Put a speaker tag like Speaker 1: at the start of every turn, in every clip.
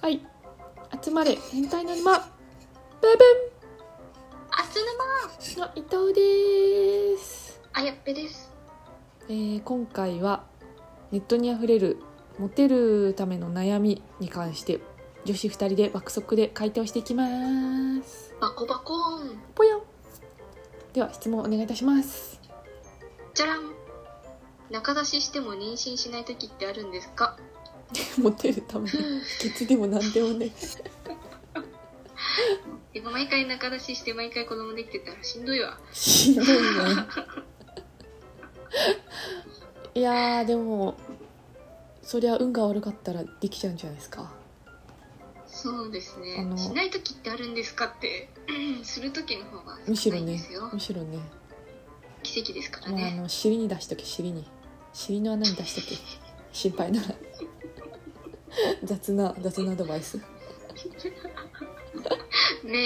Speaker 1: はい集まれ変態の沼ブ
Speaker 2: あす沼
Speaker 1: ブンの伊藤です、
Speaker 2: あやっぺです
Speaker 1: えー今回はネットにあふれるモテるための悩みに関して女子2人で爆速で回答していきます
Speaker 2: バコバコーン
Speaker 1: ぽよんでは質問お願いいたします
Speaker 2: じゃらん中出ししても妊娠しない時ってあるんですか
Speaker 1: モテるためのケツでも何でもね
Speaker 2: てか毎回中出しして毎回子供できてたらしんどいわ
Speaker 1: しんどいねいやーでもそりゃ運が悪かったらできちゃうんじゃないですか
Speaker 2: そうです
Speaker 1: あ
Speaker 2: ね
Speaker 1: の
Speaker 2: しない時ってあるんですかって うんする時の方が
Speaker 1: むし
Speaker 2: 少な
Speaker 1: ろ
Speaker 2: いんで
Speaker 1: ね
Speaker 2: すよ
Speaker 1: むしろね
Speaker 2: 奇跡ですから
Speaker 1: もうあ
Speaker 2: ね
Speaker 1: の尻に出しとけ尻に尻の穴に出しとけ心配なら 雑な雑なアドバイス
Speaker 2: ね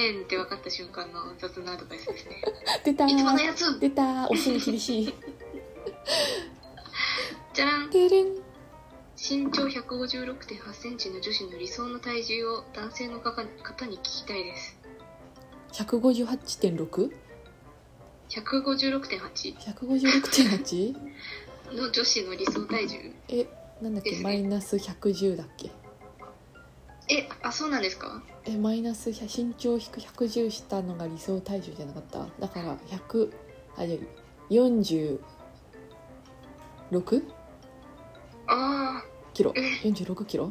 Speaker 2: えんって分かった瞬間の雑なアドバイスですね
Speaker 1: 出た
Speaker 2: いつもの
Speaker 1: ー
Speaker 2: やつ
Speaker 1: 出たーお尻厳しい
Speaker 2: じゃらん
Speaker 1: てれん
Speaker 2: 身長1 5 6 8センチの女子の理想の体重を男性の方に聞きたいです
Speaker 1: 158.6?156.8
Speaker 2: 156.8の女子の理想体重
Speaker 1: えなんだっけ
Speaker 2: ですね
Speaker 1: マイナス110だっけ
Speaker 2: えあそうなんですか
Speaker 1: えマイナス100身長引く110したのが理想体重じゃなかっただから100あじゃ46
Speaker 2: あ
Speaker 1: キロ46キロ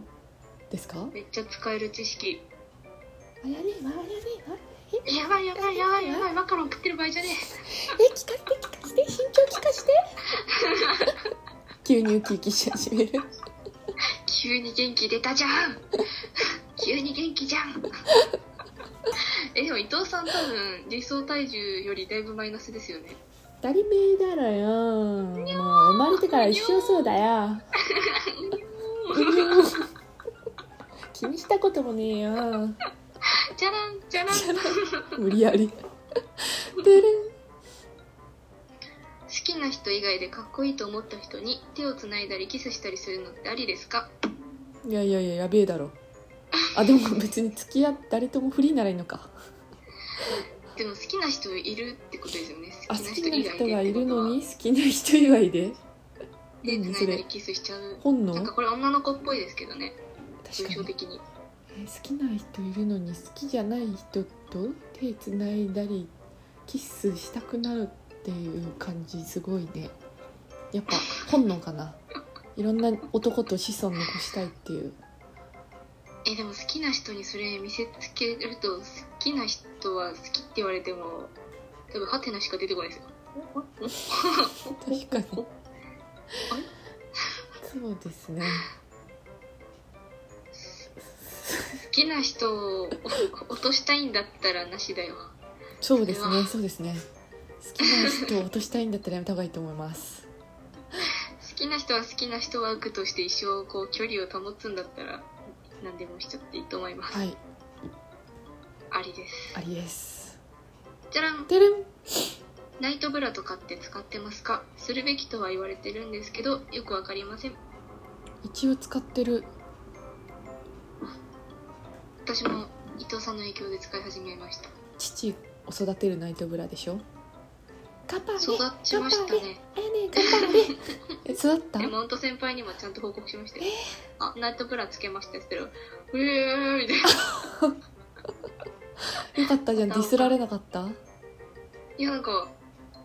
Speaker 1: ですか
Speaker 2: ーめっちゃ使える知識
Speaker 1: あやねえあやねえあ
Speaker 2: やばいやばいやばいやば いマカロン食ってる場合じゃね
Speaker 1: え聞かして聞かして身長聞かして 急にウキウキし始める
Speaker 2: え急に元気出た じゃん急に元気じゃん えでも伊藤さん多分理想体重よりだいぶマイナスですよね
Speaker 1: 当たり前だろよもう生まれてから一生そうだよ 気にしたこともねえよ
Speaker 2: じゃらんじゃらん好
Speaker 1: 無理やりてれん
Speaker 2: きな人以外でかっこいいと思った人に手をつないだりキスしたりするのってありですか
Speaker 1: いやいやいややべえだろあでも別に付き合っ誰ともフリーならいいのか
Speaker 2: でも好きな人いるってことですよね
Speaker 1: あ
Speaker 2: 好
Speaker 1: 好
Speaker 2: きな
Speaker 1: き
Speaker 2: 人
Speaker 1: な
Speaker 2: 以外で
Speaker 1: 人がい
Speaker 2: ってこ
Speaker 1: る
Speaker 2: とは
Speaker 1: のに好きな人以外で
Speaker 2: 手
Speaker 1: 何
Speaker 2: つな
Speaker 1: そ
Speaker 2: いだり
Speaker 1: れ
Speaker 2: キスしちゃう
Speaker 1: 本能
Speaker 2: なんかこれ女の子っぽいですけどね
Speaker 1: 確
Speaker 2: 抽
Speaker 1: か
Speaker 2: 象
Speaker 1: に、
Speaker 2: 的に
Speaker 1: えー好きな人いるのに好きじゃない人と手つないだりキスしたくなるっていう感じすごいねやっぱ本能かないろんな男と子孫残したいっていう
Speaker 2: えでも好きな人にそれ見せつけると好きな人は好きって言われても多分ハテナしか出てこないですよ
Speaker 1: 確かにそうですね
Speaker 2: 好きな人をお落としたいんだったらなしだよ
Speaker 1: そうです
Speaker 2: う
Speaker 1: ね、
Speaker 2: わ
Speaker 1: そうですね。好きな人を落としたいんだったらやめた方がいいと思います。
Speaker 2: 好きな人は好きな人ワークとして一生こう距離を保つんだったら何でもしちゃっていいと思います、
Speaker 1: はい、
Speaker 2: ありです
Speaker 1: ありです。
Speaker 2: じゃらん
Speaker 1: てるん。
Speaker 2: ナイトブラとかって使ってますかするべきとは言われてるんですけどよくわかりません
Speaker 1: 一応使ってる。
Speaker 2: 私も伊藤さんの影響で使い始めました
Speaker 1: 父を育てるナイトブラでしょ。頑張れ。
Speaker 2: 育ちましたね
Speaker 1: えねえ、頑張れ。え、育った
Speaker 2: で。モント先輩にもちゃんと報告しましたよ、あナイトブラつけましたって言ったら「うえー」みたいな
Speaker 1: よかったじゃん、ディスられなかった。
Speaker 2: いやなんか「う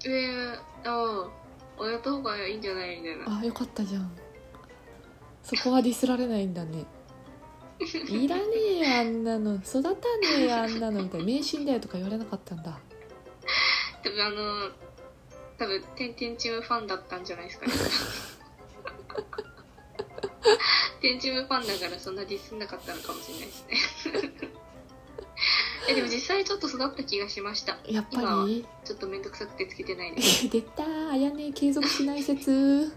Speaker 2: えー」ああやった方がいいんじゃないみたいな
Speaker 1: あ、よかったじゃん。そこはディスられないんだね。いらねえよあんなの育たねえよあんなのみたいな迷信だよとか言われなかったんだ
Speaker 2: 多分あの多分天天チームファンだったんじゃないですかね天チームファンだからそんなディスんなかったのかもしれないですねえでも実際ちょっと育った気がしました
Speaker 1: やっぱり
Speaker 2: ちょっと面倒くさくてつけてないです
Speaker 1: 出たーあやね継続しない 説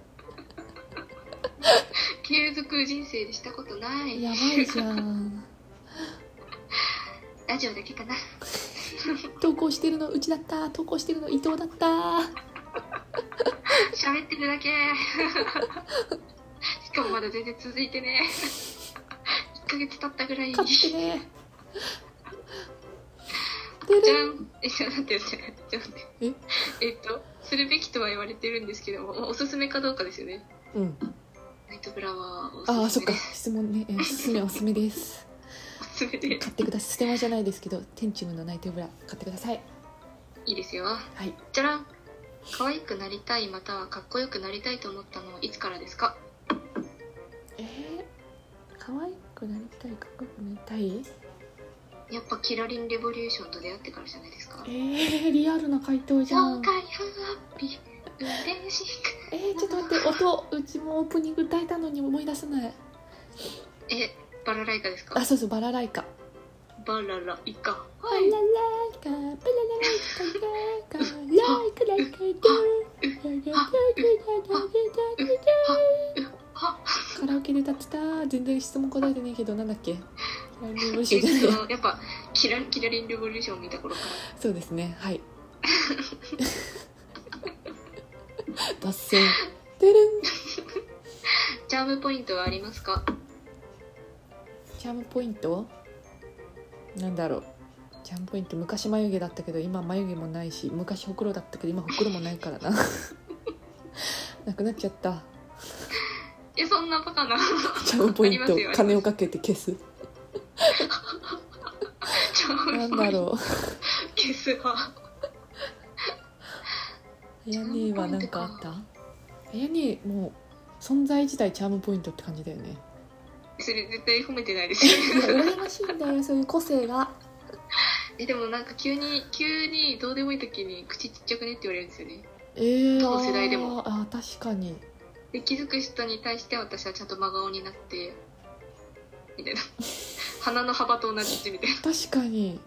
Speaker 2: 継続人生でしたことない
Speaker 1: やばいじゃん
Speaker 2: ラジオだけかな
Speaker 1: 投稿してるのうちだった投稿してるの伊藤だった
Speaker 2: 喋ってるだけしかもまだ全然続いてねヶ月経ったぐらいに
Speaker 1: 買ってね
Speaker 2: じ
Speaker 1: て
Speaker 2: ゃ
Speaker 1: る
Speaker 2: んえちょっと待ってちょっと待って
Speaker 1: え
Speaker 2: えっとするべきとは言われてるんですけどもまあおすすめかどうかですよね
Speaker 1: うん
Speaker 2: ナイトブラはおすすめ
Speaker 1: ああそっか
Speaker 2: です
Speaker 1: 質問ねえおすすめおすすめです
Speaker 2: おすすめで
Speaker 1: 買ってくださいステマじゃないですけどテンチムのナイトブラ買ってください
Speaker 2: いいですよ
Speaker 1: はい
Speaker 2: じゃらん可愛くなりたいまたはかっこよくなりたいと思ったのはいつからですか
Speaker 1: えー、可愛くなりたいかっこよくなりたい
Speaker 2: やっぱキラリンレボリューションと出会ってからじゃないですか
Speaker 1: えー、リアルな回答じゃ
Speaker 2: 今
Speaker 1: ん
Speaker 2: 回ハッピー嬉しく
Speaker 1: えー、ちょっと待って音うちもオープニング歌えたのに思い出せない
Speaker 2: えバラライカですか
Speaker 1: あそうそうバラライカ
Speaker 2: バラライカ
Speaker 1: バ
Speaker 2: は
Speaker 1: ラ
Speaker 2: い
Speaker 1: ライカバラライカライカライカライカライカライカライカライカ
Speaker 2: は
Speaker 1: カラオケで歌ってた全然質問答えてねえけどなんだっけライブブッシュじゃ
Speaker 2: えそ
Speaker 1: ない
Speaker 2: のやっぱキラキラリンレボリューションを見た頃から
Speaker 1: そうですねはい 脱線てるん
Speaker 2: チャームポイントはありますか
Speaker 1: チャームポイントなんだろうチャームポイント昔眉毛だったけど今眉毛もないし昔ほくろだったけど今ほくろもないからな なくなっちゃった
Speaker 2: いやそんなバカな
Speaker 1: チャームポイン
Speaker 2: あ
Speaker 1: ト
Speaker 2: りますよ
Speaker 1: 金をかけて消す
Speaker 2: チャー
Speaker 1: な
Speaker 2: ム
Speaker 1: ん
Speaker 2: ポイ
Speaker 1: だ
Speaker 2: ント
Speaker 1: ろ
Speaker 2: 消すは
Speaker 1: うあやねえは何かあったあやねえもう存在自体チャームポイントって感じだよね
Speaker 2: それ絶対褒めてないですよ
Speaker 1: いや羨ましいんだよそういう個性が
Speaker 2: えでもなんか急に急にどうでもいい時に口ちっちゃくねって言われるんですよね
Speaker 1: えー、
Speaker 2: どの世代でも
Speaker 1: あーあー確かに
Speaker 2: で気づく人に対して私はちゃんと真顔になってみたいな鼻の幅と同じ字みたい
Speaker 1: 確かに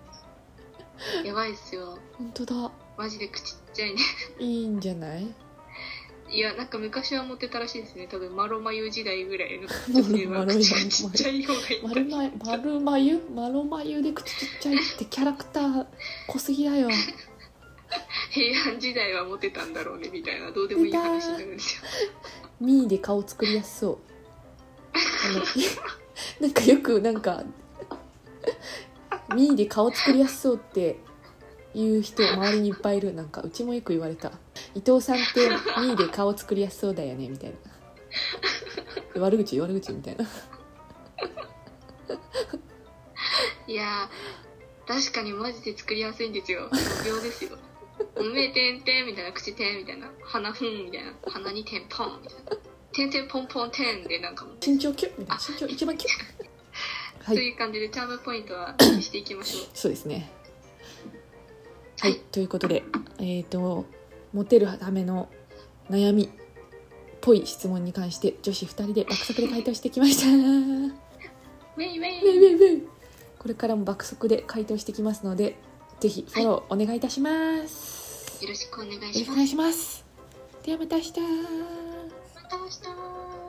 Speaker 2: なやばいっすよ
Speaker 1: 本当だ
Speaker 2: マジで口ちっちゃいね
Speaker 1: いいんじゃない
Speaker 2: いやなんか昔はモテたらしいですね多分マロマユ時代ぐら いの
Speaker 1: マロ
Speaker 2: 女性は口がちっちゃい方がい
Speaker 1: 丸
Speaker 2: い
Speaker 1: ま丸まゆ丸まゆで口ちっちゃいってキャラクター濃すぎだよ
Speaker 2: 平安時代はモテたんだろうねみたいなどうでもいい話になるんですよ
Speaker 1: ミーで顔作りやすそうあの なんかよくなんかミーで顔作りやすそうっていう人周りにいっぱいいるなんかうちもよく言われた伊藤さんってミーで顔作りやすそうだよねみたいな悪口悪口みたいない
Speaker 2: やー確かにマジで作りやすいんですよ秒ですよ目てんてんみたいな口てんみたいな鼻ふんみたいな鼻にてんぽんみたいなてんてんぽんぽんてんでなんかもう
Speaker 1: 身長キュッみたいな身長一番キュッは
Speaker 2: と
Speaker 1: い
Speaker 2: いう感じでチャームポイントはしていきましょう。
Speaker 1: そうですねは
Speaker 2: はいい、
Speaker 1: ということで、えー、とモテるための悩みっぽい質問に関して女子2人で爆速で回答してきましたウェ
Speaker 2: ウェイ
Speaker 1: イウ
Speaker 2: ウェイ
Speaker 1: ェイウェイこれからも爆速で回答してきますのでぜひフォローお願いいたします、
Speaker 2: よろしくお願い
Speaker 1: よろ
Speaker 2: し
Speaker 1: しくお
Speaker 2: ま
Speaker 1: 願い
Speaker 2: す。
Speaker 1: しますではまた明日
Speaker 2: また明日